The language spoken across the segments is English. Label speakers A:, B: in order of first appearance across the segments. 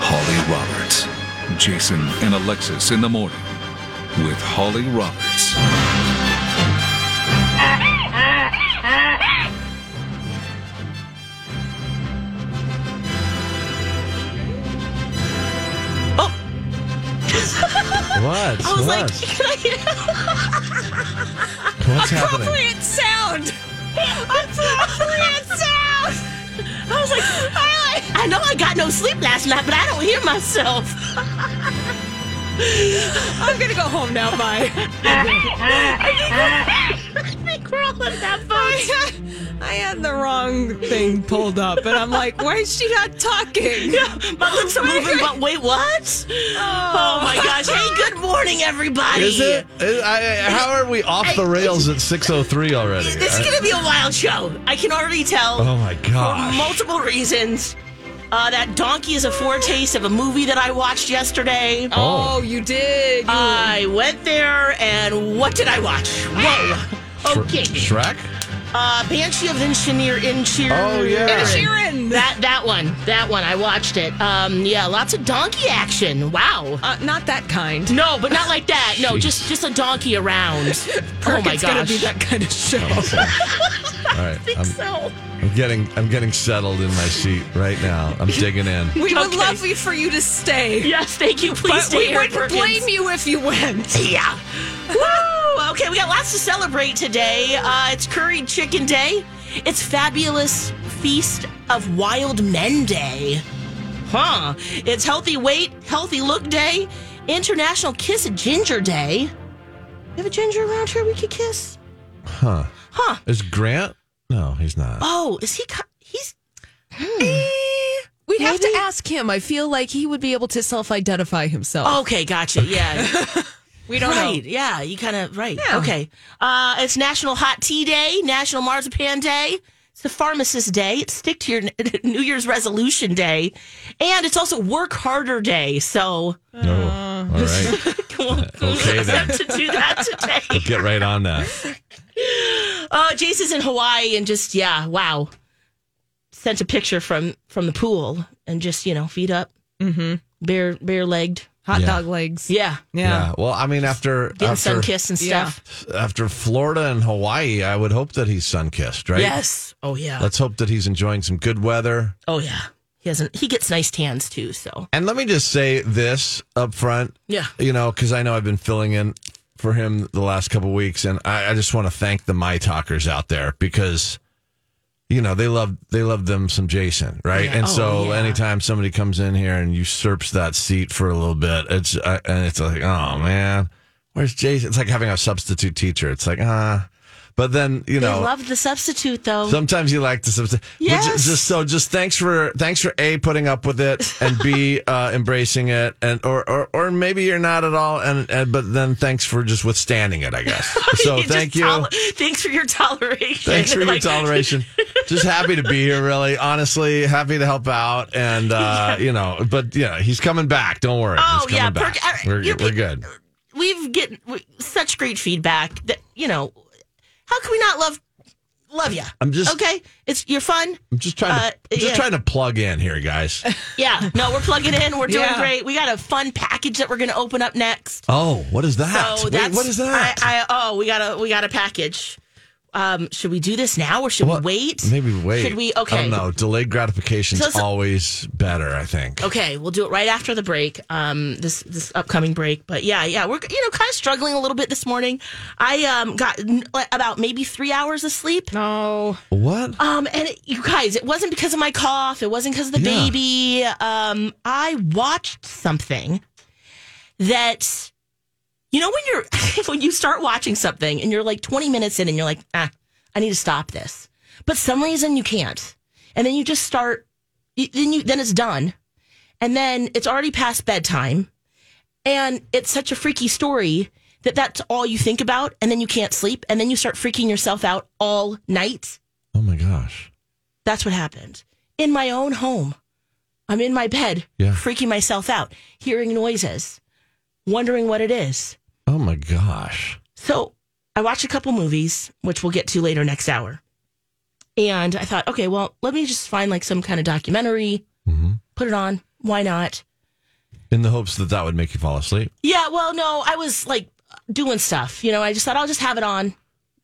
A: Holly Roberts. Jason and Alexis in the morning with Holly Roberts.
B: What?
C: I was
B: what?
C: like, can I get
B: What's happening?
C: appropriate sound? appropriate sound. I was like, I, I know I got no sleep last night, but I don't hear myself. I'm gonna go home now. Bye. I think we're all in that boat. I had, the wrong thing pulled up, and I'm like, why is she not talking?
D: My lips are moving, but wait, what? Oh my gosh. Hey, good morning, everybody.
B: Is it? Is- I- I- how are we off the rails at 6.03 already?
D: This is going to be a wild show. I can already tell.
B: oh my
D: for
B: gosh.
D: multiple reasons. Uh, that donkey is a foretaste of a movie that I watched yesterday.
B: Oh.
C: Oh, Uh, you did. You-
D: I went there, and what did I watch? Whoa. Oh, Okay.
B: Shrek?
D: Uh, Banshee of Engineer in Cheer.
B: Oh, yeah.
C: Sheeran.
D: That that one. That one. I watched it. Um, yeah, lots of donkey action. Wow.
C: Uh, not that kind.
D: No, but not like that. No,
B: Jeez.
D: just just a donkey around. oh my
C: It's
D: gosh.
C: gonna be that kind of show.
B: All
D: I
B: right.
D: think
B: I'm,
D: so.
B: I'm getting I'm getting settled in my seat right now. I'm digging in.
C: We would
D: Okay.
C: love you for you to stay.
D: Yes, thank you. Please
C: But
D: stay
C: we
D: here,
C: wouldn't
D: Perkins.
C: blame you if you went.
D: Yeah. Woo! Okay, we got lots to celebrate today. Uh, it's Curried Chicken Day. It's Fabulous Feast of Wild Men Day. Huh. It's Healthy Weight, Healthy Look Day, International Kiss a Ginger Day. We have a ginger around here we could kiss?
B: Huh.
D: Huh.
B: Is Grant? No, he's not.
D: Oh, is he? co- He's.
C: We'd have to
D: Maybe.
C: ask him. I feel like he would be able to self-identify himself.
E: Oh.
D: Okay, gotcha. Yeah.
C: we don't
D: right.
C: know.
D: Yeah, you kind of right. Okay. Uh, it's National Hot Tea Day, National Marzipan Day. It's the Pharmacist Day. It's Stick to Your New Year's Resolution Day, and it's also Work Harder Day. So
B: No. All right. Okay, then.
D: to do that today.
B: Get right on that.
D: Uh, Jason's in Hawaii, and just yeah, wow. Sent a picture from from the pool, and just you know, feet up, mm-hmm. bare bare legged.
C: Hot
B: Yeah.
C: dog legs.
D: Yeah,
B: Yeah. Well, I mean, after
D: getting sun
B: after,
D: kissed and
C: Yeah.
D: stuff.
B: after Florida and Hawaii, I would hope that he's sun kissed, right?
D: Yes. Oh yeah.
B: Let's hope that he's enjoying some good weather.
D: oh yeah. He hasn't. He gets nice tans too. So
B: And let me just say this up front.
D: Yeah.
B: You know, because I know I've been filling in for him the last couple weeks, and I, I just want to thank the my talkers out there because, you know, they love they love them some Jason, right?
D: Yeah.
B: And
D: Oh,
B: so
D: yeah.
B: anytime somebody comes in here and usurps that seat for a little bit, it's I, and it's like, oh man, where's Jason? It's like having a substitute teacher. It's like ah. But then you
D: They
B: know,
D: love the substitute though.
B: Sometimes you like to substitute.
D: Yes.
B: Just, so just thanks for thanks for a putting up with it and b uh, embracing it and or, or or maybe you're not at all and, and but then thanks for just withstanding it I guess. So
D: You just
B: thank you.
D: tol- thanks for your toleration.
B: Thanks for your
D: Like-
B: toleration. Just happy to be here, really. Honestly, happy to help out, and uh, you know, but yeah, he's coming back. Don't worry.
D: Oh,
B: he's coming
D: yeah,
B: back.
D: perk- uh,
B: we're,
D: you're
B: we're
D: be-
B: good.
D: We've get we, such great feedback that you know. How can we not love love you?
B: I'm just-
D: okay. It's you're fun.
B: I'm just trying to
D: Uh,
B: I'm just
D: yeah.
B: trying to plug in here, guys.
D: Yeah. No, we're plugging in. We're doing
E: Yeah.
D: great. We got a fun package that we're going to open up next.
B: Oh, what is that?
D: So
B: Wait,
D: that's
B: what is that?
D: I, I oh, we got a we got a package. Um, should we do this now or should
B: Well,
D: we wait?
B: Maybe we wait.
D: Should we?
B: I
D: Okay.
B: don't know. Delayed gratification's
D: So- so-
B: always better, I think.
D: Okay, we'll do it right after the break. Um, this this upcoming break, but yeah, yeah, we're you know kind of struggling a little bit this morning. I um got n- about maybe three hours of sleep.
E: No.
B: What?
D: Um, and it, you guys, it wasn't because of my cough. It wasn't because of the
B: Yeah.
D: baby. Um, I watched something that, you know, when you're when you start watching something and you're like 20 minutes in and you're like, ah, I need to stop this, but some reason you can't, and then you just start, you- then you then it's done, and then it's already past bedtime, and it's such a freaky story. That that's all you think about, and then you can't sleep, and then you start freaking yourself out all night.
B: Oh my gosh.
D: That's what happened in my own home. I'm in my bed,
B: Yeah.
D: freaking myself out, hearing noises, wondering what it is.
B: Oh my gosh.
D: So I watched a couple movies, which we'll get to later next hour. And I thought, okay, well, let me just find like some kind of documentary,
B: Mm-hmm.
D: put it on. Why not?
B: In the hopes that that would make you fall asleep.
D: Yeah, well, no, I was like doing stuff. You know, I just thought I'll just have it on,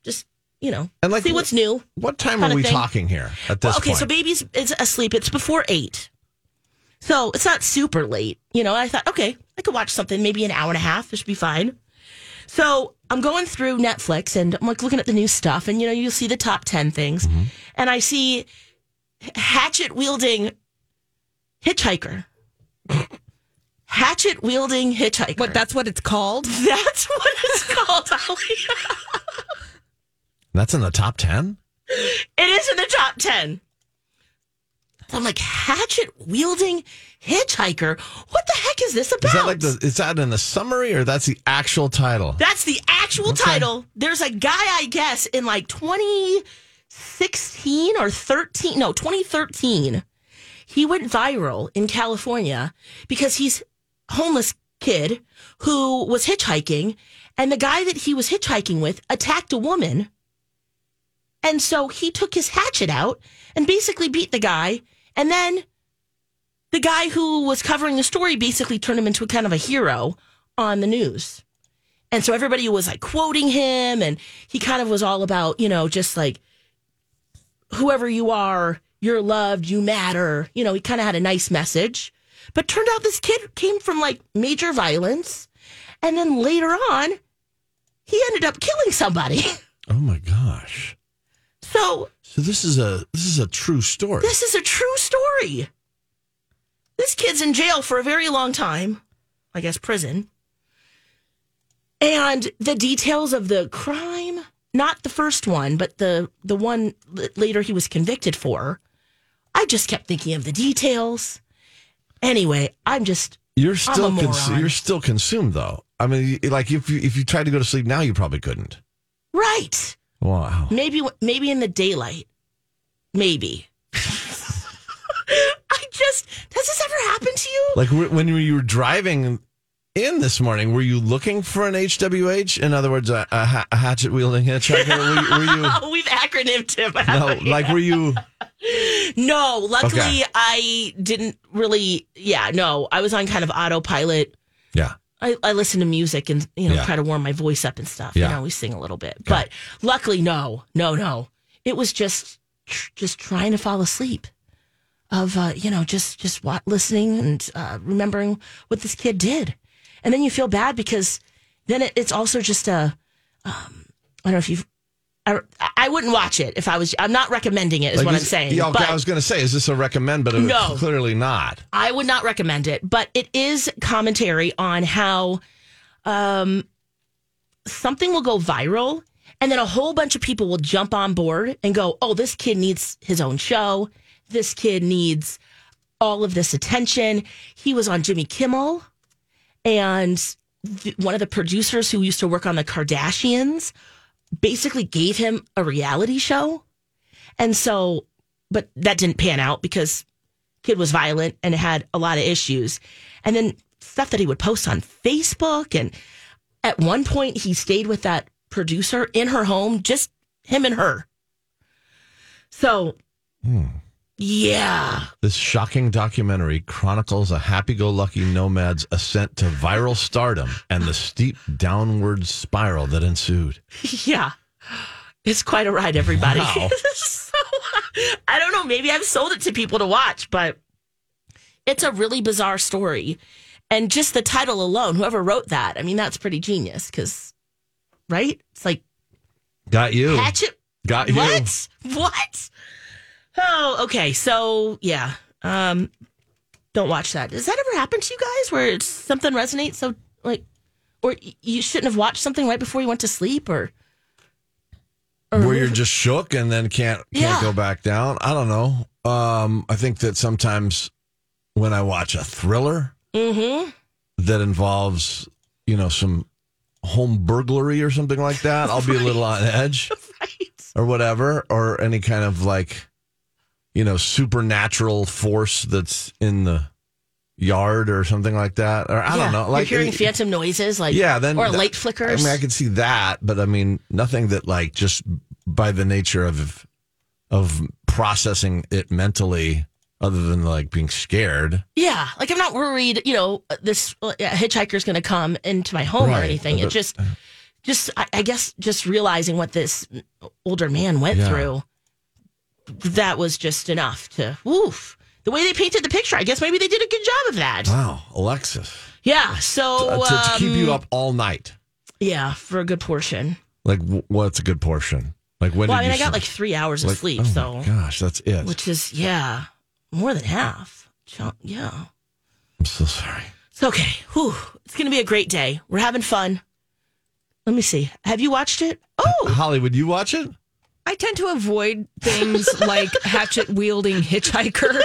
D: just, you know,
B: And, like,
D: see what's new.
B: What time
D: Kinda
B: are we
D: thing.
B: talking here at this
D: Well, okay,
B: point?
D: so baby's is asleep. It's before eight, so it's not super late. You know, I thought, okay, I could watch something, maybe an hour and a half. This should be fine. So I'm going through Netflix and I'm like looking at the new stuff, and you know, you'll see the top ten things, and I see hatchet wielding hitchhiker, hatchet wielding hitchhiker.
E: What, that's what it's called?
D: that's what it's called, Holly.
B: That's in the top 10?
D: It is in the top 10. So I'm like, hatchet wielding hitchhiker? What the heck is this about?
B: Is that like the is that in the summary or that's the actual title?
D: That's the actual
B: Okay.
D: title. There's a guy, I guess, in like 2016 or 13, no, 2013. He went viral in California because he's a homeless kid who was hitchhiking and the guy that he was hitchhiking with attacked a woman. And so he took his hatchet out and basically beat the guy and then the guy who was covering the story basically turned him into a kind of a hero on the news. And so everybody was like quoting him, and he kind of was all about, you know, just like whoever you are, you're loved, you matter. You know, he kind of had a nice message. But turned out this kid came from like major violence. And then later on, he ended up killing somebody.
B: Oh my gosh.
D: so
B: So this is a this is a true story.
D: This is a true story. This kid's in jail for a very long time, I guess prison. And the details of the crime, not the first one, but the the one l- later he was convicted for. I just kept thinking of the details. Anyway, I'm just
B: you're
D: I'm
B: still
D: a
B: cons-
D: moron.
B: you're still consumed though. I mean, you- like if you if you tried to go to sleep now, you probably couldn't.
D: right.
B: Wow.
D: Maybe maybe in the daylight. Maybe. I just does this ever happen to you?
B: Like wh- when you were driving in this morning, were you looking for an HWH? In other words, a, a, ha- a hatchet wielding hitchhiker? were, you- were you?
D: Oh, we've acronymed him.
B: No, like were you?
D: No, luckily
B: Okay.
D: I didn't really. Yeah, no, I was on kind of autopilot.
B: Yeah.
D: I, I listen to music and you know
B: Yeah.
D: try to warm my voice up and stuff.
B: Yeah.
D: You know, we sing a little bit, but luckily, no, no, no. It was just tr- just trying to fall asleep. Of uh, you know, just just wa- listening and uh, remembering what this kid did, and then you feel bad because then it, it's also just a. Um, I don't know if you've. I, I wouldn't watch it if I was. I'm not recommending it. Is
B: Like,
D: what
B: is-
D: I'm saying.
B: Yeah, okay,
D: but-
B: I was going to say, is this a recommend? But it was
D: No.
B: clearly not.
D: I would not recommend it, but it is commentary on how um, something will go viral And then a whole bunch of people will jump on board and go, oh, this kid needs his own show. This kid needs all of this attention. He was on Jimmy Kimmel, and th- one of the producers who used to work on the Kardashians basically gave him a reality show. And so, but that didn't pan out because kid was violent and had a lot of issues. And then stuff that he would post on Facebook. And at one point, he stayed with that producer in her home, just him and her. So, yeah.
B: This shocking documentary chronicles a happy go lucky nomad's ascent to viral stardom and the steep downward spiral that ensued.
D: Yeah. It's quite a ride, everybody.
B: Wow.
D: so, uh, I don't know. Maybe I've sold it to people to watch, but it's a really bizarre story. And just the title alone, whoever wrote that, I mean, that's pretty genius because, right? It's like
B: Got you.
D: hatchet.
B: Got you.
D: What? What? Oh, okay. So, yeah. Um, don't watch that. Does that ever happen to you guys where it's, something resonates so, like, or y- you shouldn't have watched something right before you went to sleep or.
B: Where you're just shook and then can't can't
D: Uh-huh. Yeah.
B: go back down. I don't know. Um, I think that sometimes when I watch a thriller
D: Mm-hmm.
B: that involves, you know, some home burglary or something like that, I'll be a little on edge.
D: Right.
B: or whatever, or any kind of like, you know, supernatural force that's in the yard or something like that. Or I
D: Yeah.
B: don't know. Like
D: you're hearing phantom noises, like
B: Yeah, then
D: or
B: that-
D: light flickers.
B: I mean, I could see that, but I mean, nothing that like just by the nature of of processing it mentally, other than like being scared.
D: yeah, like I'm not worried. You know, this uh, hitchhiker's going to come into my home or
B: Right.
D: anything. It
B: But- uh,
D: just, just I, I guess, just realizing what this older man went
B: Yeah.
D: through, that was just enough to woof. The way they painted the picture, I guess maybe they did a good job of that.
B: Wow, Alexis,
D: Yeah. So
B: Uh, to, to keep
D: um,
B: you up all night.
D: Yeah, for a good portion.
B: Like, w- what's a good portion? Like when?
D: Well, I
B: did
D: mean, I
B: you
D: got like
B: sleep?
D: three hours of
B: Like,
D: sleep,
B: oh my
D: so
B: gosh, that's it.
D: which is yeah, more than half. Chunk- Yeah.
B: I'm so sorry.
D: It's okay. Whew. It's going to be a great day. We're having fun. Let me see. Have you watched it? Oh,
B: Holly, would you watch it?
E: I tend to avoid things like hatchet wielding hitchhiker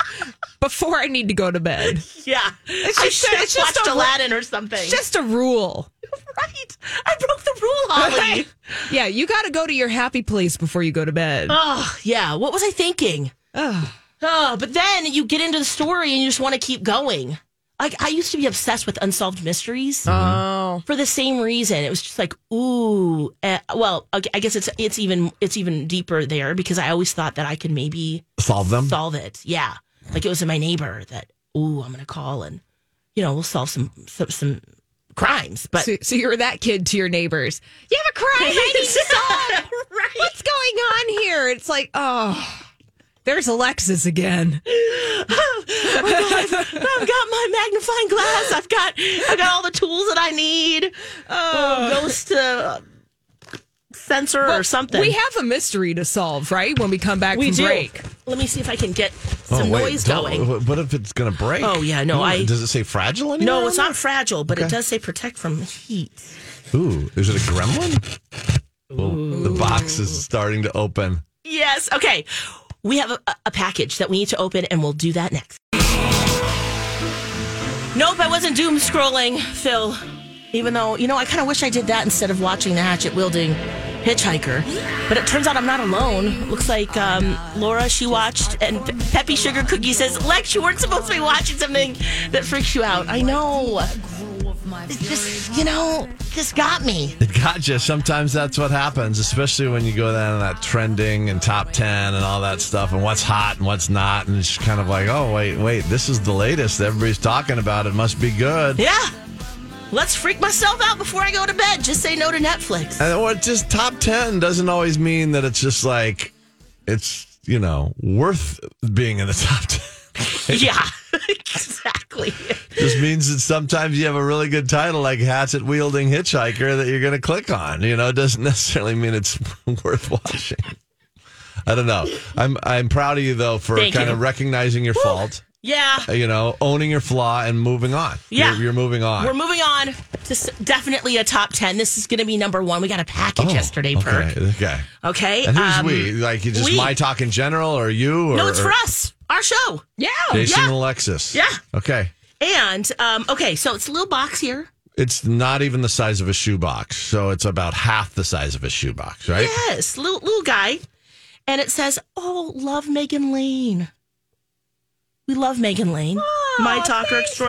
E: before I need to go to bed.
D: yeah.
E: It's
D: I
E: just-
D: should have
E: it's just
D: watched
E: a-
D: Aladdin or something.
E: It's just a rule.
D: right. I broke the rule, Holly.
E: yeah, you got to go to your happy place before you go to bed.
D: oh, yeah. What was I thinking?
E: Ugh.
D: Oh, but then you get into the story and you just want to keep going. Like I used to be obsessed with unsolved mysteries
E: Oh,
D: for the same reason. It was just like, ooh. Uh, well, okay, I guess it's it's even it's even deeper there because I always thought that I could maybe
B: Solve them.
D: solve it. Yeah, like it was my neighbor that. Ooh, I'm gonna call and you know we'll solve some some, some crimes. But
E: so, so you're that kid to your neighbors. You have a crime. I need solved. What's going on here? It's like, oh, there's Alexis again.
D: I've got my magnifying glass. I've got I've got all the tools that I need. Oh, ghost uh, sensor or something.
E: We have a mystery to solve, right? When we come back
D: we
E: from
D: do.
E: break. Oh,
D: Let me see if I can get some noise
B: Oh, don't-
D: going.
B: wh- What if it's going to break?
D: Oh, yeah, no,
B: Ooh,
D: I-
B: Does it say fragile anywhere?
D: No,
B: on
D: it's not fragile, but it does say protect from heat.
B: there? Ooh, is it a gremlin? Well, the box is starting to open.
D: Yes. Okay. We have a, a package that we need to open, and we'll do that next. Nope, I wasn't doom scrolling, Phil. Even though, you know, I kind of wish I did that instead of watching the hatchet wielding hitchhiker. But it turns out I'm not alone. Looks like um, Laura, she watched, and Pe- Peppy Sugar Cookie says, Lex, you weren't supposed to be watching something that freaks you out. I know. It's just, you know, just got me.
B: It got you. Sometimes that's what happens, especially when you go down that trending and top 10 and all that stuff and what's hot and what's not. And it's kind of like, oh, wait, wait, this is the latest. Everybody's talking about it. Must be good.
D: Yeah. Let's freak myself out before I go to bed. Just say no to Netflix.
B: And or just top 10 doesn't always mean that it's just like, it's, you know, worth being in the top 10.
D: yeah, exactly.
B: just means that sometimes you have a really good title like hatchet wielding hitchhiker that you're going to click on you know it doesn't necessarily mean it's worth watching i don't know i'm i'm proud of you though for
D: Thank
B: kind
D: you.
B: of recognizing your fault uh,
D: Yeah.
B: you know, owning your flaw and moving on.
D: Yeah.
B: You're, you're moving on.
D: We're moving on to s- definitely a top 10. This is going to be number one. We got a package yesterday,
B: Oh, okay.
D: Perk.
B: Okay.
D: Okay.
B: And who's
D: um,
B: we? Like, you just
D: we.
B: my talk in general or you? Or,
D: No, it's
B: or
D: for us, our show.
E: Yeah.
B: Jason
D: Yeah.
B: and Alexis.
D: Yeah.
B: Okay.
D: And, um, okay, so it's a little box here.
B: It's not even the size of a shoebox. So it's about half the size of a shoebox, right?
D: Yes, little, little guy. And it says, Oh, love Megan Lane. We love Megan Lane. My talker extraordinary.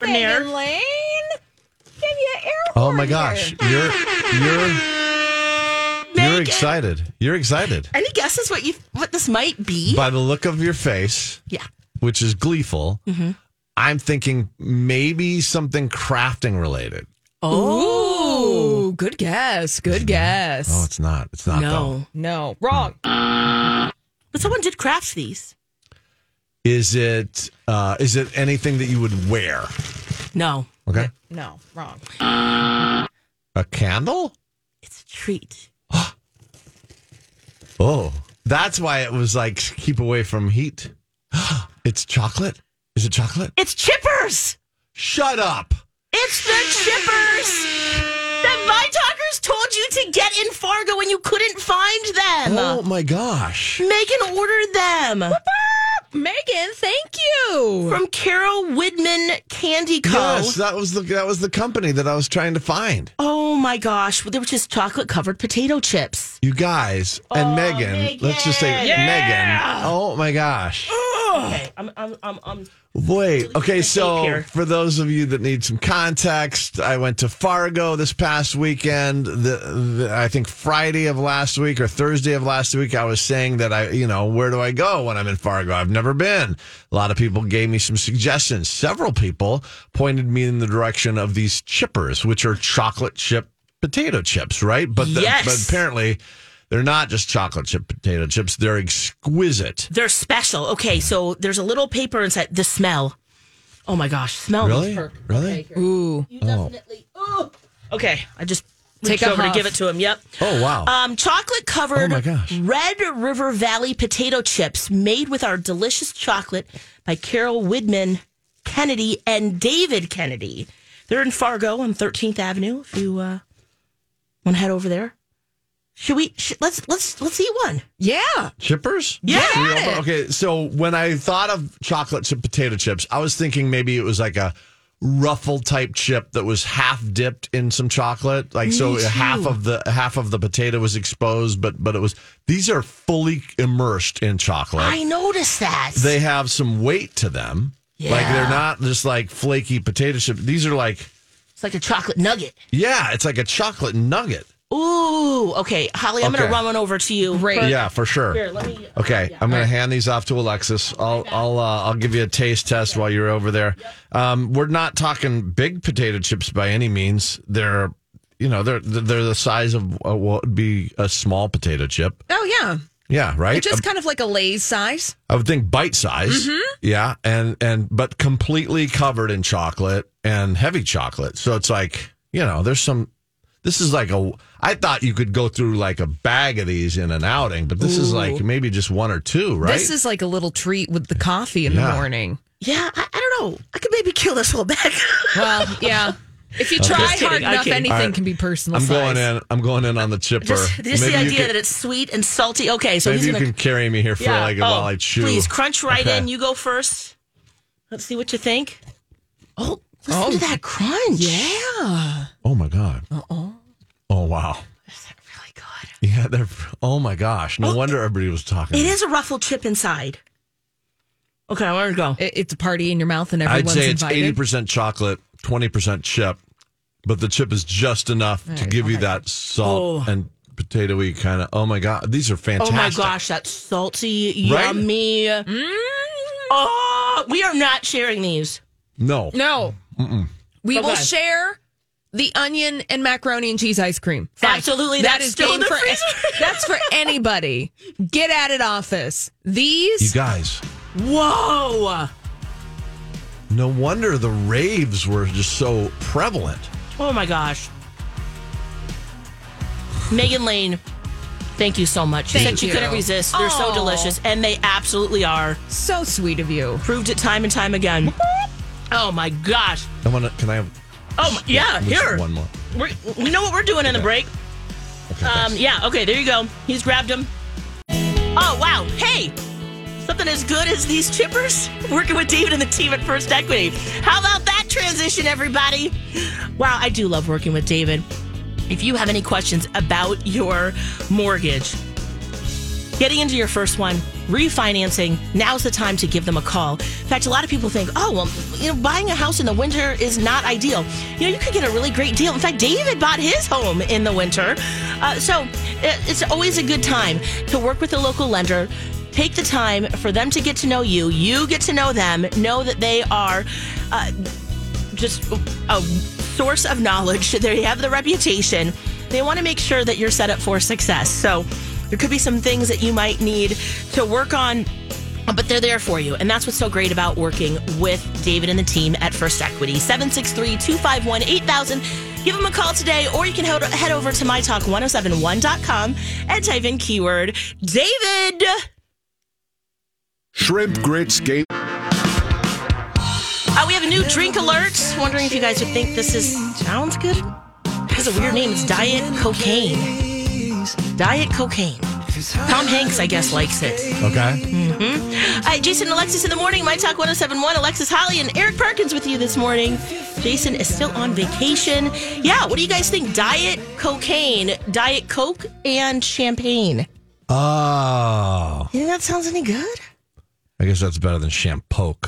E: Megan Lane, give you an airborne
B: Oh my
E: here.
B: gosh. You're you're you're
D: Megan.
B: excited. You're excited.
D: Any guesses what you what this might be?
B: By the look of your face,
D: yeah.
B: which is gleeful, I'm thinking maybe something crafting related.
E: Oh, good guess. Good guess.
B: Oh, it's not. It's not though.
D: No.
E: no, wrong.
D: But someone did craft these.
B: Is it uh is it anything that you would wear?
D: No.
B: Okay.
E: No, wrong.
B: A candle?
D: It's a treat.
B: Oh. That's why it was like keep away from heat. it's chocolate? Is it chocolate?
D: It's chippers.
B: Shut up.
D: It's the chippers that my talkers told you to get in Fargo and you couldn't find them.
B: Oh my gosh.
D: Megan ordered them
E: Megan, thank you.
D: from Carol Widman Candy Co.
B: Yes, that was the that was the company that I was trying to find.
D: Oh my gosh, they were just chocolate covered potato chips.
B: You guys and Megan, let's just say Megan. Oh my gosh.
D: Okay, I'm, I'm, I'm, I'm
B: Wait. Okay,
D: my tape
B: so
D: here.
B: for those of you that need some context, I went to Fargo this past weekend. The, the I think Friday of last week or Thursday of last week, I was saying that I, you know, where do I go when I'm in Fargo? I've never been. A lot of people gave me some suggestions. Several people pointed me in the direction of these chippers, which are chocolate chip potato chips, right? But the-
D: Yes.
B: but apparently they're not just chocolate chip potato chips. They're exquisite.
D: They're special. Okay, so there's a little paper inside. The smell. Oh my gosh, smell.
B: Really?
D: this perk.
B: Really?
E: Ooh.
D: You definitely. Oh. Okay, I just
E: Take
D: reached
E: a
D: over
E: huff.
D: to give it to him. Yep.
B: Oh wow.
D: Um, chocolate covered
B: Oh my gosh.
D: Red River Valley potato chips made with our delicious chocolate by Carol Widman Kennedy and David Kennedy. They're in Fargo on 13th Avenue. If you uh, want to head over there, should we? Sh- let's let's let's eat one.
E: Yeah.
B: Chippers?
D: Yeah.
B: Real- Okay, so when I thought of chocolate chip potato chips, I was thinking maybe it was like a ruffle type chip that was half dipped in some chocolate. Like so half of the half of the potato was exposed, but but it was these are fully immersed in chocolate.
D: I noticed that.
B: they have some weight to them. Like they're not just like flaky potato chip. These are like
D: it's like a chocolate nugget.
B: yeah, it's like a chocolate nugget.
D: Ooh, okay, Holly, I'm
B: Okay.
D: gonna run one over to you.
E: Great.
B: Yeah, for sure.
D: Here, let me. uh,
B: Okay, I'm going to hand these off to Alexis. I'll I'll uh, I'll give you a taste test while you're over there. Um, we're not talking big potato chips by any means. They're you know they're they're the size of uh, what would be a small potato chip.
E: Oh, yeah.
B: Yeah, right.
E: It's just kind of like a Lay's size.
B: I would think bite size.
D: Mm-hmm.
B: Yeah, and and but completely covered in chocolate and heavy chocolate. So it's like you know there's some. This is like a. I thought you could go through like a bag of these in an outing, but this is like maybe just one or two, right?
E: This is like a little treat with the coffee in
B: Yeah.
E: the morning.
D: Yeah, I, I don't know. I could maybe kill this whole bag.
E: Well, yeah. If you try
D: Just
E: hard
D: kidding, I'm
E: enough,
D: kidding.
E: anything
B: All right.
E: can be personal.
B: I'm
E: size.
B: going in. I'm going in on the chipper.
D: just just
B: Maybe
D: the
B: you
D: idea
B: can-
D: that it's sweet and salty. Okay, so
B: maybe
D: he's
B: you
D: gonna.
B: can carry me here for like a
D: Oh,
B: while I chew.
D: Please crunch right
B: Okay.
D: in. You go first. Let's see what you think. Oh, listen
E: Oh.
D: to that crunch. Yeah.
E: Yeah.
B: Oh my god. Oh wow.
D: Is that really good?
B: Yeah. They're. Oh my gosh. No wonder everybody was talking.
D: It is a ruffled chip inside. Okay, I want to go.
E: It- it's a party in your mouth and
B: I'd
E: everyone's
B: say it's eighty
E: invited.
B: percent chocolate, twenty percent chip, but the chip is just enough to give you that salt and potatoy kind of. Oh my god. These are
D: Oh my
B: fantastic.
E: Mm.
D: gosh, that's salty,
B: Right?
D: yummy. Oh, don't. We are not sharing these.
B: No.
E: No. We will
D: Okay.
E: share the onion and macaroni and cheese ice cream.
D: Absolutely,
E: That
D: that's
E: is
D: still
E: game
D: in the
E: for
D: freezer.
E: that's for anybody. Get at it, office.
B: You
E: These
B: guys,
D: Whoa!
B: no wonder the raves were just so prevalent.
D: Oh my gosh. Megan Lane, thank you so much. She said
E: Thank
D: she
E: you.
D: couldn't resist. They're so
E: Aw.
D: delicious, and they absolutely are.
E: so sweet of you.
D: Proved it time and time again. Oh my gosh.
B: I want to. Can I have
D: Oh my, yeah,
B: just
D: here.
B: one more?
D: We're, you know what we're doing in the break?
B: Okay,
D: Um,
B: thanks.
D: yeah, okay, there you go. He's grabbed him. Oh, wow. Hey, something as good as these chippers? Working with David and the team at First Equity. How about that transition, everybody? Wow, I do love working with David. If you have any questions about your mortgage, getting into your first one, refinancing, now's the time to give them a call. In fact, a lot of people think, oh, well, you know, buying a house in the winter is not ideal. You know, you could get a really great deal. In fact, David bought his home in the winter. Uh, so it- it's always a good time to work with a local lender. Take the time for them to get to know you. You get to know them. Know that they are uh, just a source of knowledge. They have the reputation. They want to make sure that you're set up for success. So there could be some things that you might need to work on, but they're there for you. And that's what's so great about working with David and the team at First Equity. 763 251 8000. Give them a call today, or you can head head over to mytalk1071.com and type in keyword David.
F: Shrimp grits game.
D: Uh, we have a new drink alert. Wondering if you guys would think this is sounds good. It has a weird name. It's diet cocaine. Diet cocaine. Tom Hanks, I guess, likes it.
B: Okay.
D: Uh, Jason and Alexis in the morning. My Talk 1071. Alexis Holly and Eric Perkins with you this morning. Jason is still on vacation. Yeah, what do you guys think? Diet cocaine, diet coke, and champagne.
B: Oh,
D: You think that sounds any good?
B: I guess that's better than shampoo.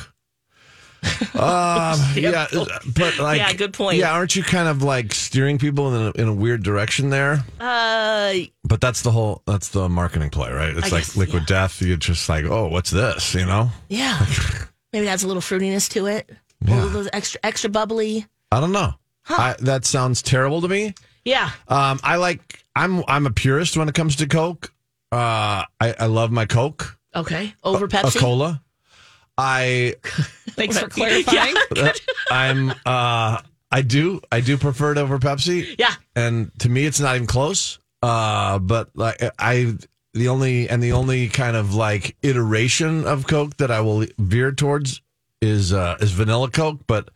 B: Um, yeah, but like,
D: Yeah, good point.
B: Yeah, aren't you kind of like steering people in a, in a weird direction there?
D: Uh,
B: But that's the whole that's the marketing play, right? It's
D: I
B: like
D: guess,
B: liquid death. You're just like, oh, what's this? You know?
D: yeah. Maybe that's a little fruitiness to it. A
B: Yeah.
D: little those extra, extra bubbly.
B: I don't know. I, that sounds terrible to me.
D: Yeah.
B: Um, I like. I'm I'm a purist when it comes to Coke. Uh, I I love my Coke,
D: Okay. Over
B: a
D: Pepsi.
B: cola. I
E: Thanks for clarifying.
B: I'm uh I do I do prefer it over Pepsi.
D: Yeah.
B: And to me it's not even close. Uh but like I the only and the only kind of like iteration of Coke that I will veer towards is uh is vanilla Coke, but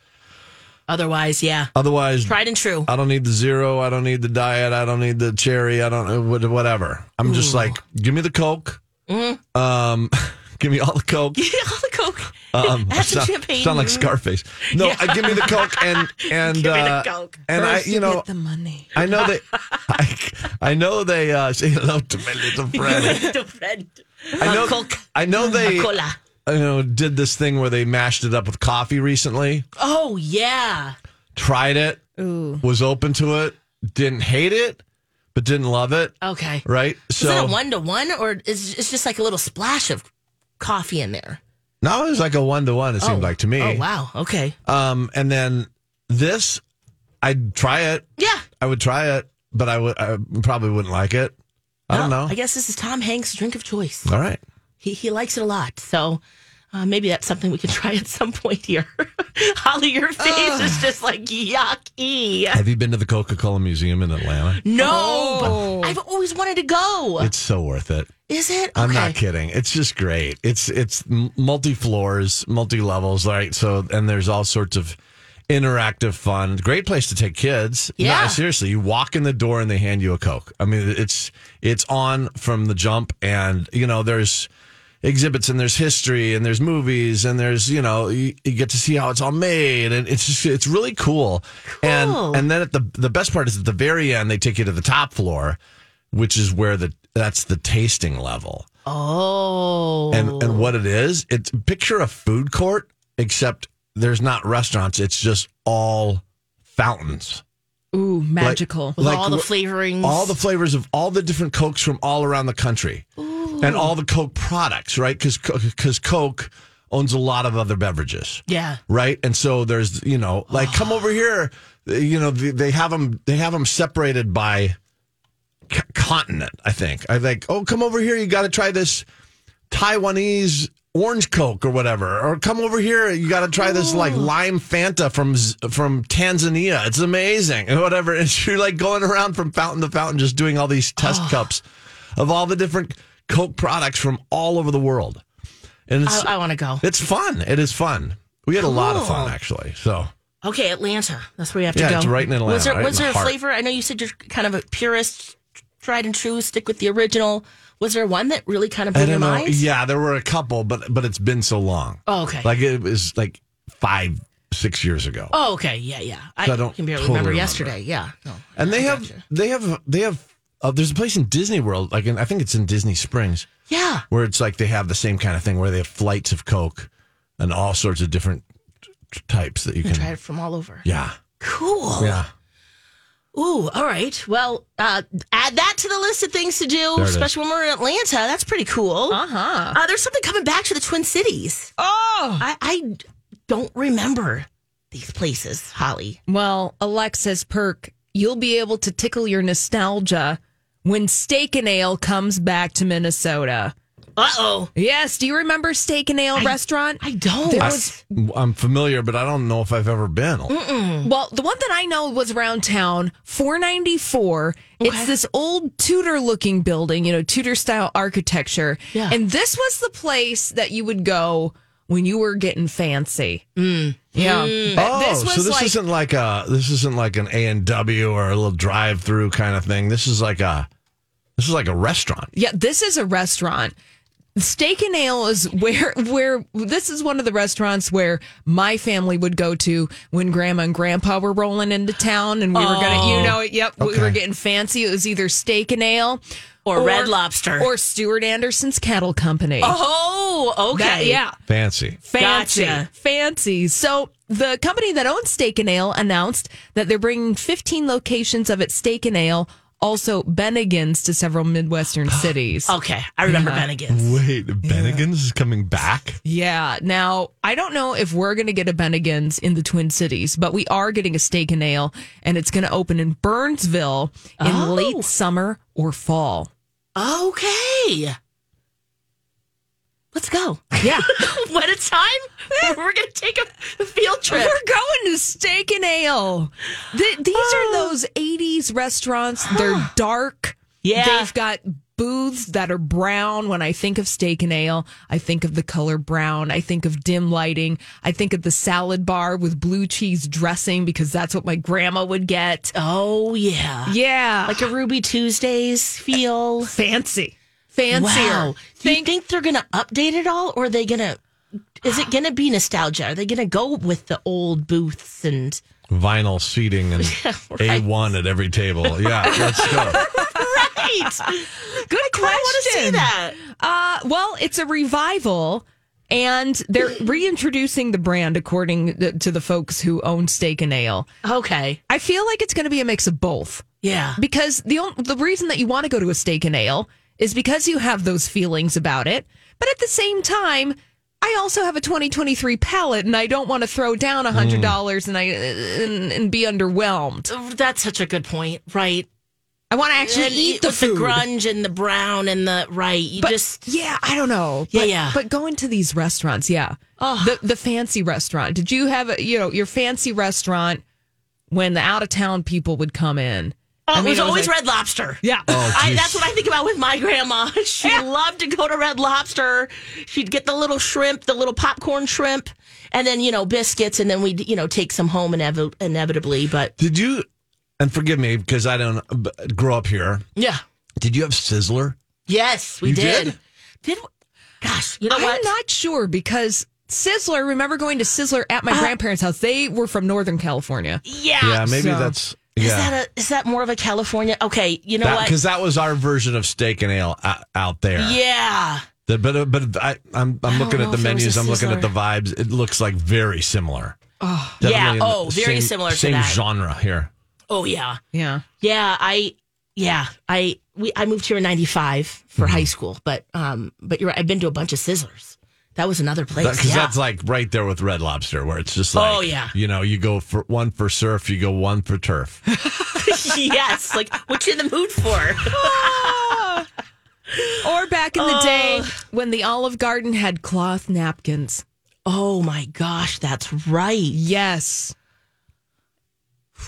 D: Otherwise, yeah.
B: otherwise
D: Tried and true.
B: I don't need the zero, I don't need the diet, I don't need the cherry, I don't uh, what- whatever. I'm just like give me the Coke.
D: Mm.
B: Um give me all the Coke.
D: Yeah, all the Coke.
B: Um,
D: Have some
B: sound,
D: champagne.
B: sound like Scarface. No, uh, give me the coke and and
D: Give me the
B: uh,
D: Coke.
B: and I, you know,
E: the money.
B: I know they, I, I know they uh, say hello to my little friend.
D: The red.
B: I know,
D: A Coke.
B: I know they,
D: A
B: you
D: cola.
B: know, did this thing where they mashed it up with coffee recently.
D: Oh, yeah.
B: Tried it, was open to it, didn't hate it, but didn't love it.
D: Okay.
B: Right?
D: Is it a
B: So
D: one to one or is it's just like a little splash of coffee in there?
B: now it was like a one to one. It seemed like to me.
D: Oh, wow. Okay.
B: Um, and then this, I'd try it.
D: Yeah.
B: I would try it, but I would I probably wouldn't like it. I don't know.
D: I guess this is Tom Hanks' drink of choice.
B: All right.
D: He, he likes it a lot. So uh, maybe that's something we could try at some point here. Holly, your face is just like yucky.
B: Have you been to the Coca Cola Museum in Atlanta?
D: No,
B: Oh.
D: but I've always wanted to go.
B: It's so worth it.
D: is it? Okay.
B: I'm not kidding. It's just great. It's it's multi floors, multi levels, right? So and there's all sorts of interactive fun. Great place to take kids. No,
D: Yeah.
B: seriously, you walk in the door and they hand you a Coke. I mean, it's it's on from the jump, and you know there's exhibits and there's history and there's movies and there's you know you, you get to see how it's all made and it's just it's really cool.
D: Cool.
B: And and then at the the best part is at the very end they take you to the top floor, which is where the that's the tasting level.
D: Oh.
B: And and what it is, it's picture a food court except there's not restaurants, it's just all fountains.
E: Ooh, magical.
D: With
B: Like
D: all the
B: wh-
D: flavorings.
B: all the flavors of all the different cokes from all around the country and all the coke products right because because coke owns a lot of other beverages.
D: Yeah.
B: Right. And so there's, you know, like come over here. You know, they they have them, they have them separated by c- continent, I think. I like, oh, come over here. You got to try this Taiwanese orange Coke or whatever. Or come over here. You got to try this like lime Fanta from, Z- from Tanzania. It's amazing and whatever. And you're like going around from fountain to fountain, just doing all these test cups of all the different Coke products from all over the world. And it's,
D: I, I want to go.
B: it's fun. It is fun. We had a lot of fun
D: Cool.
B: actually. So
D: Okay, Atlanta. That's where we have
B: Yeah,
D: to go.
B: it's right in Atlanta,
D: Was there,
B: right
D: was
B: in the
D: there a
B: heart.
D: flavor? I know you said you're kind of a purist, tried and true, stick with the original. Was there one that really kind of blew
B: I
D: your
B: don't know.
D: mind?
B: Yeah, there were a couple, but but it's been so long.
D: Oh, okay.
B: Like it was like five, six years ago.
D: oh, okay. Yeah, yeah. I,
B: So I don't
D: can barely
B: totally
D: remember
B: remember.
D: yesterday. Yeah. No.
B: and they
D: I
B: have,
D: gotcha.
B: they have they have uh, there's a place in Disney World, like in, I think it's in Disney Springs,
D: Yeah.
B: where it's like they have the same kind of thing where they have flights of Coke and all sorts of different t- t- types that you can.
D: Tried it from all over.
B: Yeah.
D: Cool.
B: Yeah.
D: Ooh, all right. Well, uh, add that to the list of things to do,
B: There it is.
D: especially when we're in Atlanta. That's pretty cool.
E: huh.
D: Uh, there's something coming back to the Twin Cities.
E: Oh.
D: I, I don't remember these places, Holly.
E: Well, Alexis Perk, you'll be able to tickle your nostalgia when Steak and Ale comes back to Minnesota.
D: Uh oh.
E: Yes, do you remember Steak and Ale restaurant?
D: I don't.
E: There
B: I,
E: was-
B: am familiar, but I don't know if I've ever been.
E: Well, the one that I know was around town, 494. It's this old Tudor looking building, you know, Tudor style architecture.
D: Yeah.
E: And this was the place that you would go when you were getting fancy.
D: Mm.
E: Yeah. But
B: Oh, so this isn't like a this isn't like an A and W or a little drive through kind of thing. This is like a this is like a restaurant.
E: Yeah, this is a restaurant. Steak and Ale is where where this is one of the restaurants where my family would go to when grandma and grandpa were rolling into town and we were gonna you know yep we were
B: Okay.
E: getting fancy. It was either steak and ale
D: Or Red Lobster.
E: or Stuart Anderson's Cattle Company.
D: Oh, okay.
E: That- yeah.
B: Fancy.
E: Fancy.
D: Gotcha.
E: Fancy. So the company that owns Steak and Ale announced that they're bringing 15 locations of its Steak and Ale, also Bennigan's, to several Midwestern cities.
D: Okay. I remember Bennigan's.
B: Wait, Bennigan's is coming back?
E: Yeah. Now, I don't know if we're going to get a Bennigan's in the Twin Cities, but we are getting a steak and ale, and it's going to open in Burnsville in
D: Oh.
E: late summer or fall.
D: Okay. Let's go.
E: Yeah.
D: what a time. We're going to take a field
E: We're
D: trip.
E: going to steak and ale. Th- these are
D: Oh.
E: those 80s restaurants. They're dark.
D: Yeah.
E: They've got booths that are brown. When I think of steak and ale, I think of the color brown. I think of dim lighting. I think of the salad bar with blue cheese dressing because that's what my grandma would get.
D: Oh, yeah.
E: Yeah.
D: Like a Ruby Tuesdays feel.
E: fancy. Fancier.
D: Wow. Do you think they're going to update it all or are they going to is it going to be nostalgia? Are they going to go with the old booths and
B: Vinyl seating and A one at every table. Yeah, let's go.
D: Right.
E: Good question.
D: I want to see that.
E: Uh, well, it's a revival, and they're reintroducing the brand according th- to the folks who own Steak and Ale.
D: Okay.
E: I feel like it's going to be a mix of both
D: Yeah.
E: because the on- the reason that you want to go to a Steak and Ale is because you have those feelings about it, but at the same time. I also have a 2023 palette, and I don't want to throw down $100 and I and, and be underwhelmed.
D: That's such a good point. Right.
E: I want to actually
D: And
E: eat the
D: with
E: food.
D: the grunge and the brown and the right. You
E: But
D: just
E: yeah, I don't know.
D: Yeah,
E: but,
D: yeah.
E: But going to these restaurants, yeah. The the fancy restaurant. Did you have a, you know your fancy restaurant when the out of town people would come in?
D: oh,
E: I
D: it
E: mean,
D: was
E: it was
D: always
E: like-
D: Red Lobster.
E: Yeah.
B: Oh,
D: I, that's what I think about with my grandma. She loved to go to Red Lobster. She'd get the little shrimp, the little popcorn shrimp, and then you know biscuits, and then we'd you know take some home inev- inevitably. But
B: Did you? And forgive me because I don't b- grow up here.
D: yeah,
B: Did you have Sizzler?
D: yes, we
B: You
D: did.
B: did?
D: Did we- gosh, you know
E: I'm
D: what?
E: not sure because Sizzler. Remember going to Sizzler at my
D: Uh,
E: grandparents' house? They were from Northern California.
D: yeah.
B: Yeah, maybe
E: so-
B: that's
D: Is
B: yeah.
D: that a is that more of a California? Okay, you know what?
B: Because that, was our version of steak and ale o- out there.
D: Yeah.
B: The- but uh, but I, I'm I'm looking
D: know
B: at the
D: if there was
B: menus.
D: a
B: I'm looking at
D: Sizzler.
B: the vibes. It looks like very similar. Oh
D: Yeah, oh, very similar to
B: Same
D: that.
B: genre here.
D: Oh yeah.
E: Yeah.
D: Yeah, I yeah, I Mm-hmm. we I moved here in 95 for high school, but um but you're right, I've been to a bunch of Sizzlers. That was another place.
B: Because
D: yeah.
B: that's like right there with Red Lobster, where it's just like,
D: Oh, yeah.
B: you know, you go for one for surf, you go one for turf.
D: yes. Like what you in the mood for?
E: Or back in the day when the Olive Garden had cloth napkins.
D: Oh my gosh, that's right.
E: Yes.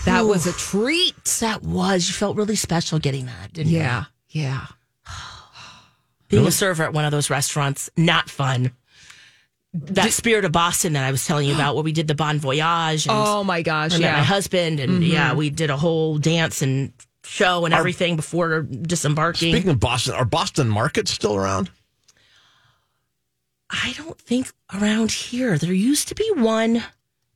E: That was a treat.
D: That was. You felt really special getting that, didn't you?
E: Yeah. Yeah.
D: Being a server at one of those restaurants, not fun. That spirit of Boston that I was telling you about, where we did the Bon Voyage and
E: Oh my gosh.
D: I met my
E: yeah. Mm-hmm.
D: husband, and yeah, we did a whole dance and show and everything before disembarking.
B: Speaking of Boston, are Boston markets still around?
D: I don't think around here there used to be one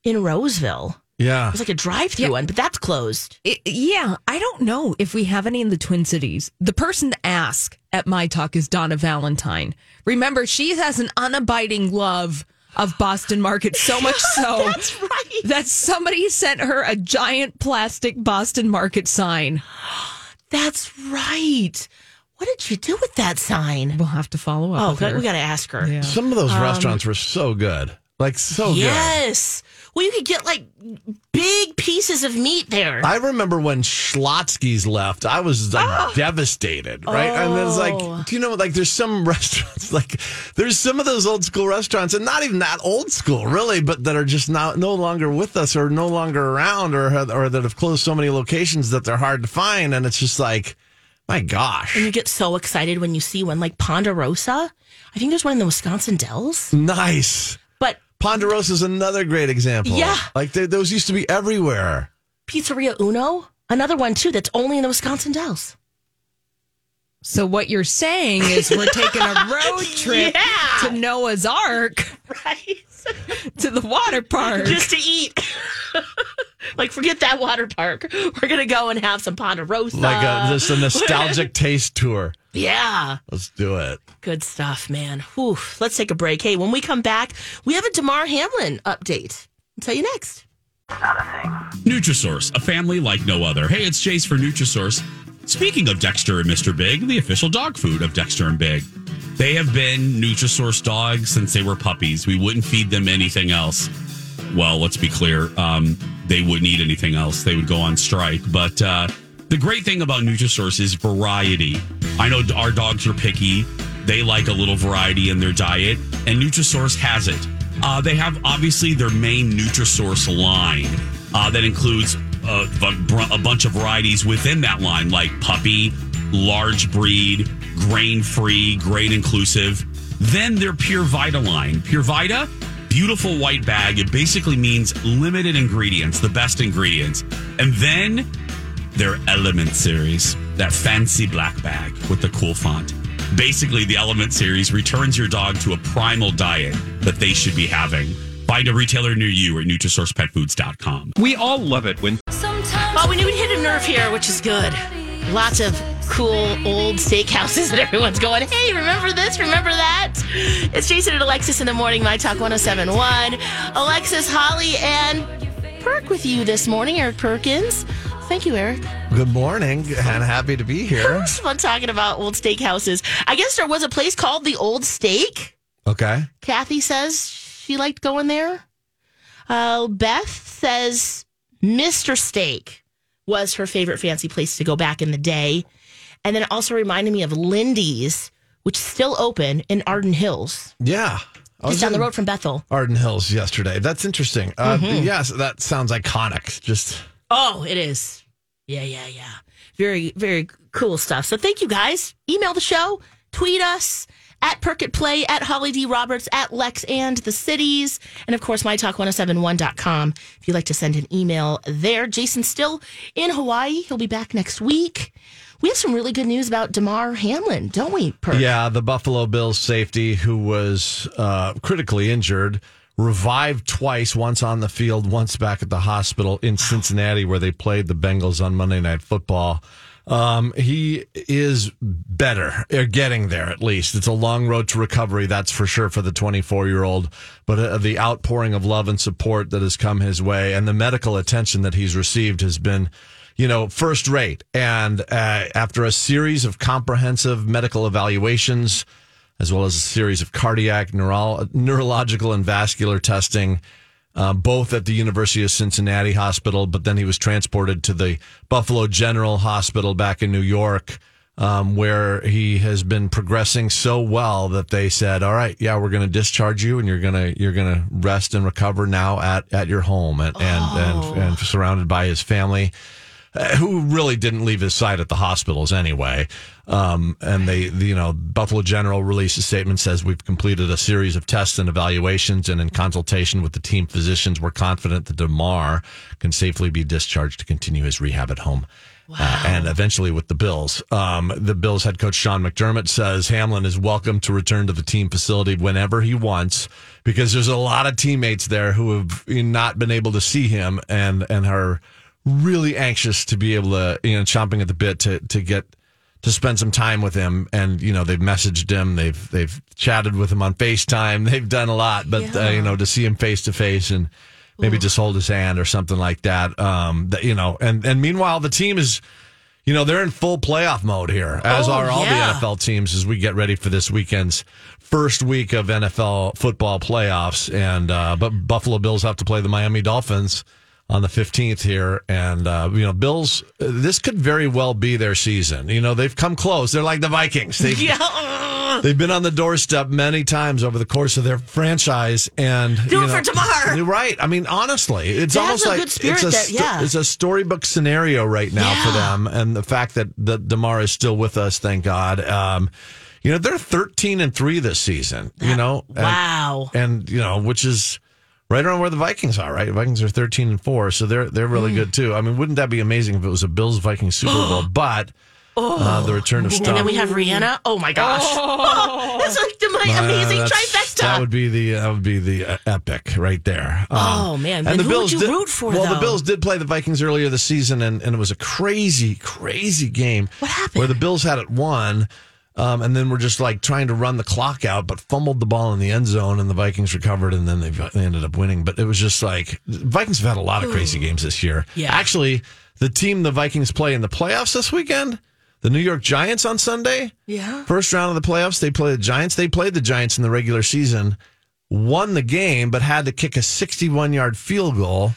D: in Roseville.
B: Yeah.
D: It was like a drive-through one, but that's closed.
E: It, yeah, I don't know if we have any in the Twin Cities. The person to ask at my talk is Donna Valentine. Remember, she has an unabiding love of Boston Market, so much so
D: That's right.
E: that somebody sent her a giant plastic Boston Market sign.
D: That's right. What did you do with that sign?
E: We'll have to follow up.
D: Oh,
E: with
D: God,
E: her.
D: we got to ask her.
B: Some of those restaurants were so good. Like, so good.
D: Um, yes. Well, you could get like big pieces of meat there.
B: I remember when Schlotsky's left, I was like
D: Ah.
B: devastated, right? And then it's
D: Oh.
B: like, do you know, like there's some restaurants, like there's some of those old school restaurants, and not even that old school, really, but that are just now no longer with us or no longer around or, have- or that have closed so many locations that they're hard to find. And it's just like, my gosh.
D: you get so excited when you see one like Ponderosa. I think there's one in the Wisconsin Dells.
B: Nice.
D: But
B: Ponderosa is another great example.
D: Yeah.
B: Like they, those used to be everywhere.
D: Pizzeria Uno, another one too, that's only in the Wisconsin Dells.
E: So what you're saying is we're taking a road trip
D: Yeah.
E: to Noah's Ark
D: Right.
E: to the water park.
D: Just to eat. like, forget that water park. We're going to go and have some Ponderosa.
B: Like a, just a nostalgic taste tour.
D: yeah.
B: Let's do it.
D: Good stuff, man. Whew. Let's take a break. Hey, when we come back, we have a DeMar Hamlin update. I'll tell you next.
F: Nutrisource, a family like no other. Hey, it's Chase for Nutrisource. Speaking of Dexter and Mr. Big, the official dog food of Dexter and Big. They have been Nutrisource dogs since they were puppies. We wouldn't feed them anything else. Well, let's be clear. Um, they wouldn't eat anything else. They would go on strike. But uh, the great thing about Nutrisource is variety. I know our dogs are picky. They like a little variety in their diet, and Nutrisource has it. Uh, they have obviously their main Nutrisource line uh, that includes a, bu- br- a bunch of varieties within that line, like puppy, large breed, grain free, grain inclusive. Then their Pure Vita line. Pure Vita, beautiful white bag. It basically means limited ingredients, the best ingredients. And then their Element series, that fancy black bag with the cool font. Basically, the Element series returns your dog to a primal diet that they should be having. Find a retailer near you at NutrisourcePetFoods.com.
G: We all love it when
D: Well, we knew we'd hit a nerve here, which is good. Lots of cool old steakhouses that everyone's going, hey, remember this? Remember that? It's Jason and Alexis in the morning, My Talk 1071. Alexis, Holly, and Perk with you this morning, Eric Perkins. Thank you, Eric.
B: Good morning, and happy to be here.
D: It's fun talking about old steakhouses. I guess there was a place called the Old Steak.
B: Okay.
D: Kathy says she liked going there. Uh, Beth says Mr. Steak was her favorite fancy place to go back in the day. And then it also reminded me of Lindy's, which is still open in Arden Hills,
B: Yeah. I was
D: just down the
B: in
D: road from Mm-hmm. Bethel.
B: Arden Hills yesterday. That's interesting. Uh, Yes, that sounds iconic. Just
D: Oh, it is. Yeah, yeah, yeah. Very, very cool stuff. So thank you guys. Email the show, tweet us at Perkett Play, at Holly D. Roberts, at Lex and the Cities. And of course, mytalk1071.com if you'd like to send an email there. Jason's still in Hawaii. He'll be back next week. We have some really good news about DeMar Hamlin, don't we, Perk?
B: yeah, the Buffalo Bills safety who was uh, critically injured revived twice, once on the field, once back at the hospital in Cincinnati where they played the Bengals on Monday Night Football. Um, he is better, or getting there at least. It's a long road to recovery, that's for sure, for the 24 year old. But uh, the outpouring of love and support that has come his way and the medical attention that he's received has been, you know, first rate. And uh, after a series of comprehensive medical evaluations, as well as a series of cardiac, neuro- neurological, and vascular testing, uh, both at the University of Cincinnati Hospital. But then he was transported to the Buffalo General Hospital back in New York, um, where he has been progressing so well that they said, "All right, yeah, we're going to discharge you, and you're gonna you're gonna rest and recover now at at your home and and, and and surrounded by his family." who really didn't leave his side at the hospitals anyway. Um, and they, you know, Buffalo General released a statement says we've completed a series of tests and evaluations, and in consultation with the team physicians, we're confident that Demar can safely be discharged to continue his rehab at home. Uh, and eventually with the Bills. Um, the Bills head coach Sean McDermott says Hamlin is welcome to return to the team facility whenever he wants because there's a lot of teammates there who have not been able to see him and and are really anxious to be able to you know chomping at the bit to to get to spend some time with him and you know they've messaged him they've they've chatted with him on FaceTime they've done a lot but uh, you know to see him face to face and maybe just hold his hand or something like that um that you know and and meanwhile the team is you know they're in full playoff mode here as
D: Oh,
B: are all
D: yeah.
B: the NFL teams as we get ready for this weekend's first week of NFL football playoffs and uh but Buffalo Bills have to play the Miami Dolphins on the 15th here and uh, you know bills uh, this could very well be their season you know they've come close they're like the vikings they've,
D: Yeah.
B: they've been on the doorstep many times over the course of their franchise and
D: Do
B: you
D: it for
B: know,
D: Damar.
B: you're right i mean honestly it's
D: That's
B: almost
D: a
B: like
D: good spirit
B: it's, a
D: there, yeah.
B: it's a storybook scenario right now for
D: Yeah.
B: them and the fact that that demar is still with us thank god um, you know they're 13 and 3 this season you know and-
D: Wow.
B: and you know, which is right around where the Vikings are. Right, Vikings are thirteen and four, so they're they're
D: Hmm.
B: really good too. I mean, wouldn't that be amazing if it was a Bills Vikings Super Bowl? But uh, the return of
D: And
B: Stop.
D: then we have Rihanna. Oh my gosh. that's like the my amazing trifecta.
B: Uh, That would be the that would be the uh, epic right there. Um,
D: Oh, man. But who would you
B: did,
D: root for,
B: Well, the
D: though?
B: Bills did play the Vikings earlier this season, and, and it was a crazy, crazy game.
D: What happened?
B: Where the Bills had it won, um, and then were just like trying to run the clock out, but fumbled the ball in the end zone, and the Vikings recovered, and then they, they ended up winning. But it was just like Vikings have had a lot of crazy games this year.
D: Yeah.
B: actually, the team the Vikings play in the playoffs this weekend. The New York Giants on Sunday.
D: yeah.
B: First round of the playoffs, they play the Giants. They played the Giants in the regular season, won the game, but had to kick a 61 yard field goal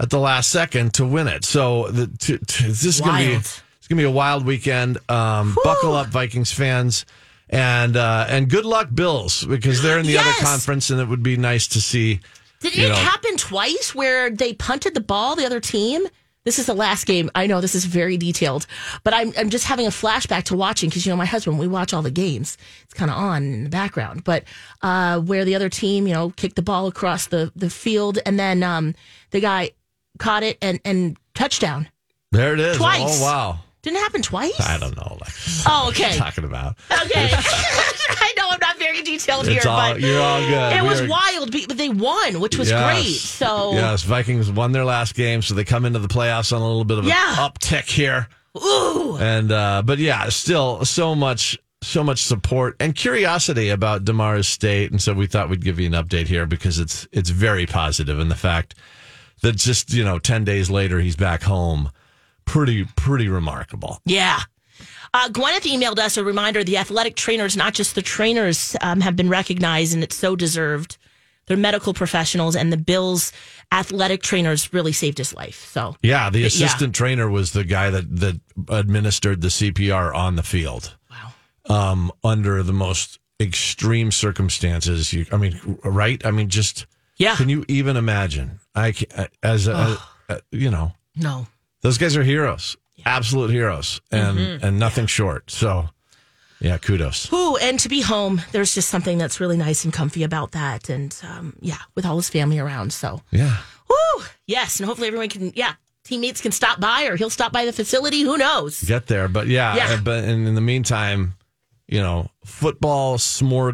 B: at the last second to win it. So the, t- t- this is going to be
D: Wild.
B: it's going to be a wild weekend. Um, buckle up, Vikings fans, and uh, and good luck, Bills, because they're in the
D: Yes!
B: other conference, and it would be nice to see.
D: Did
B: you
D: it
B: know.
D: happen twice where they punted the ball, the other team? This is the last game. I know this is very detailed, but I'm, I'm just having a flashback to watching because, you know, my husband, we watch all the games. It's kind of on in the background, but uh, where the other team, you know, kicked the ball across the, the field and then um, the guy caught it and, and touchdown.
B: There it is.
D: Twice.
B: Oh wow.
D: Didn't it happen twice?
B: I don't know. Alexis.
D: Oh, okay.
B: talking about.
D: Okay. I know I'm not very detailed here,
B: It's all,
D: but
B: you're all good.
D: it
B: We
D: was
B: are-
D: wild, be- but they won, which was
B: Yes.
D: great. So,
B: yes, Vikings won their last game, so they come into the playoffs on a little bit of an
D: Yeah.
B: uptick here.
D: ooh,
B: And uh, but yeah, still so much so much support and curiosity about Demara's state, and so we thought we'd give you an update here because it's it's very positive, and the fact that just you know ten days later he's back home, pretty pretty remarkable.
D: yeah. Uh, Gwyneth emailed us a reminder the athletic trainers, not just the trainers, um, have been recognized, and it's so deserved. They're medical professionals, and the Bills' athletic trainers really saved his life. So,
B: Yeah, the
D: Yeah.
B: assistant trainer was the guy that that administered the CPR on the field. Wow. Um, under the most extreme circumstances, you. I mean, right? I mean, just
D: yeah.
B: can you even imagine? I ca- as a, a, you know
D: no.
B: those guys are heroes, absolute heroes, and
D: Mm-hmm.
B: and nothing short. So, yeah, kudos.
D: Ooh, and to be home, there's just something that's really nice and comfy about that. And um, yeah, with all his family around. So,
B: Yeah.
D: Woo! Yes, and hopefully everyone can. Yeah, teammates can stop by, or he'll stop by the facility. Who knows?
B: get there. But yeah,
D: Yeah.
B: uh, but in, in the meantime, you know, football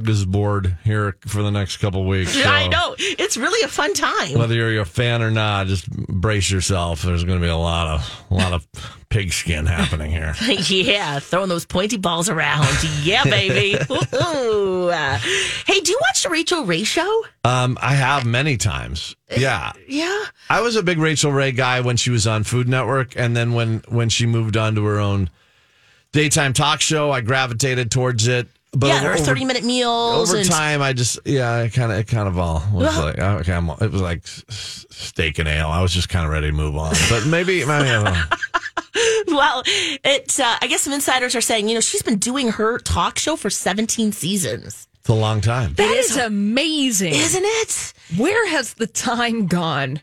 B: smorgasbord here for the next couple weeks.
D: Yeah, I
B: so
D: know it's really a fun time.
B: Whether you're a fan or not, just brace yourself. There's going to be a lot of a lot of pigskin happening here.
D: yeah, throwing those pointy balls around. Yeah, baby. Ooh, ooh. Uh, Hey, do you watch the Rachel Ray show?
B: Um, I have many times. Yeah,
D: Uh, Yeah.
B: I was a big Rachel Ray guy when she was on Food Network, and then when when she moved on to her own daytime talk show, I gravitated towards it. But
D: yeah, there are
B: over-
D: thirty minute meals.
B: Over
D: and
B: time, I just yeah, I kind of it kind of all was like oh, okay, I'm, it was like s- s- steak and ale. I was just kind of ready to move on, but maybe maybe I don't know.
D: well, it's uh, I guess some insiders are saying you know she's been doing her talk show for seventeen seasons,
B: it's a long time.
E: That is, amazing.
D: isn't it?
E: Where has the time gone?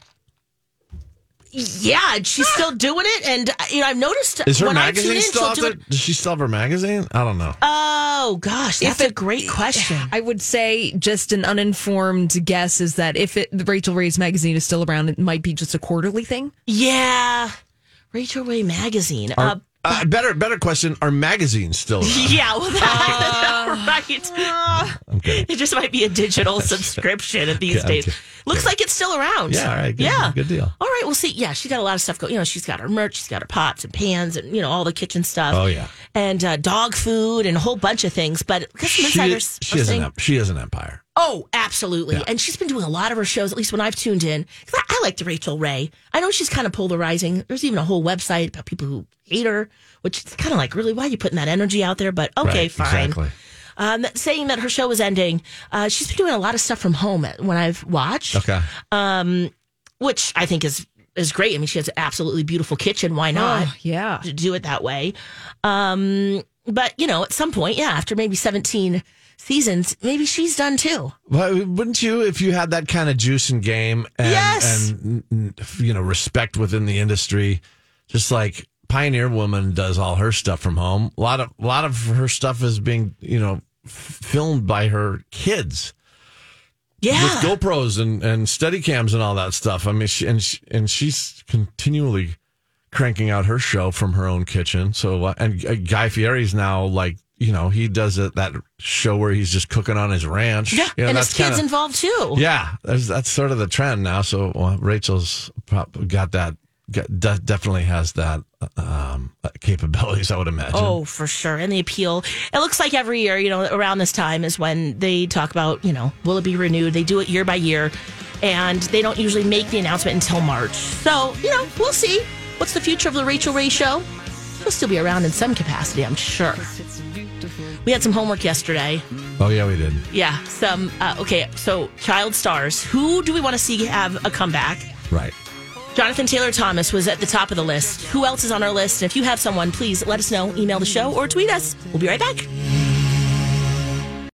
D: Yeah, and she's still doing it, and uh, you know I've noticed
B: Is her
D: when I tune
B: magazine
D: in,
B: still
D: she'll
B: out
D: do
B: there?
D: it.
B: Does she still have her magazine? I don't know.
D: Oh gosh, that's a great question.
E: I would say just an uninformed guess is that if it, Rachel Ray's magazine is still around, it might be just a quarterly thing.
D: Yeah, Rachel Ray magazine.
B: Are-
D: uh,
B: uh, better better question: Are magazines still? around?
D: yeah, well, that, right.
B: Okay.
D: It just might be a digital subscription at these
B: Okay,
D: days.
B: okay.
D: Looks like it's still around.
B: Yeah, all right, good-
D: yeah,
B: good deal.
D: All right, we'll see. Yeah, she's got a lot of stuff going. You know, she's got her merch, she's got her pots and pans, and you know all the kitchen stuff.
B: Oh, yeah.
D: and uh, dog food and a whole bunch of things. But I guess some
B: She,
D: insiders
B: she
D: are
B: is an
D: saying,
B: em- she is an empire.
D: oh, absolutely. And she's been doing a lot of her shows. At least when I've tuned in, 'Cause I, I like the Rachel Ray. I know she's kind of polarizing. There's even a whole website about people who hate her, which is kind of like, really, why are you putting that energy out there? But okay,
B: Right,
D: fine
B: Exactly.
D: um, that- saying that her show was ending. Uh, she's been doing a lot of stuff from home at- when I've watched,
B: Okay.
D: which I think is is great. I mean, she has an absolutely beautiful kitchen.
B: Oh.
D: Why not
E: yeah.
D: to do it that way? Um, but you know, at some point, yeah, after maybe seventeen seasons, maybe she's done too.
B: Well, wouldn't you if you had that kind of juice and game and,
D: Yes.
B: and n- n- you know respect within the industry, just like Pioneer Woman does all her stuff from home. A lot of a lot of her stuff is being you know f- filmed by her kids
D: Yeah,
B: with GoPros and and Steadicams and all that stuff. I mean, she, and she, and she's continually cranking out her show from her own kitchen. So uh, and uh, Guy Fieri's now like you know he does it, that show where he's just cooking on his ranch.
D: yeah,
B: You know,
D: and his kids
B: kinda-
D: involved too.
B: yeah, that's, that's sort of the trend now. So well, Rachel's prob- got that. Got, de- definitely has that um, capabilities. I would imagine.
D: Oh, for sure. And the appeal. It looks like every year, you know, around this time is when they talk about, you know, will it be renewed? They do it year by year, and they don't usually make the announcement until March. So, you know, we'll see. What's the future of the Rachel Ray show? She'll still be around in some capacity, I'm sure. We had some homework yesterday.
B: oh yeah, we did.
D: Yeah, some. Uh, okay, so child stars. Who do we want to see have a comeback?
B: Right.
D: Jonathan Taylor Thomas was at the top of the list. Who else is on our list? And if you have someone, please let us know. Email the show or tweet us. We'll be right back.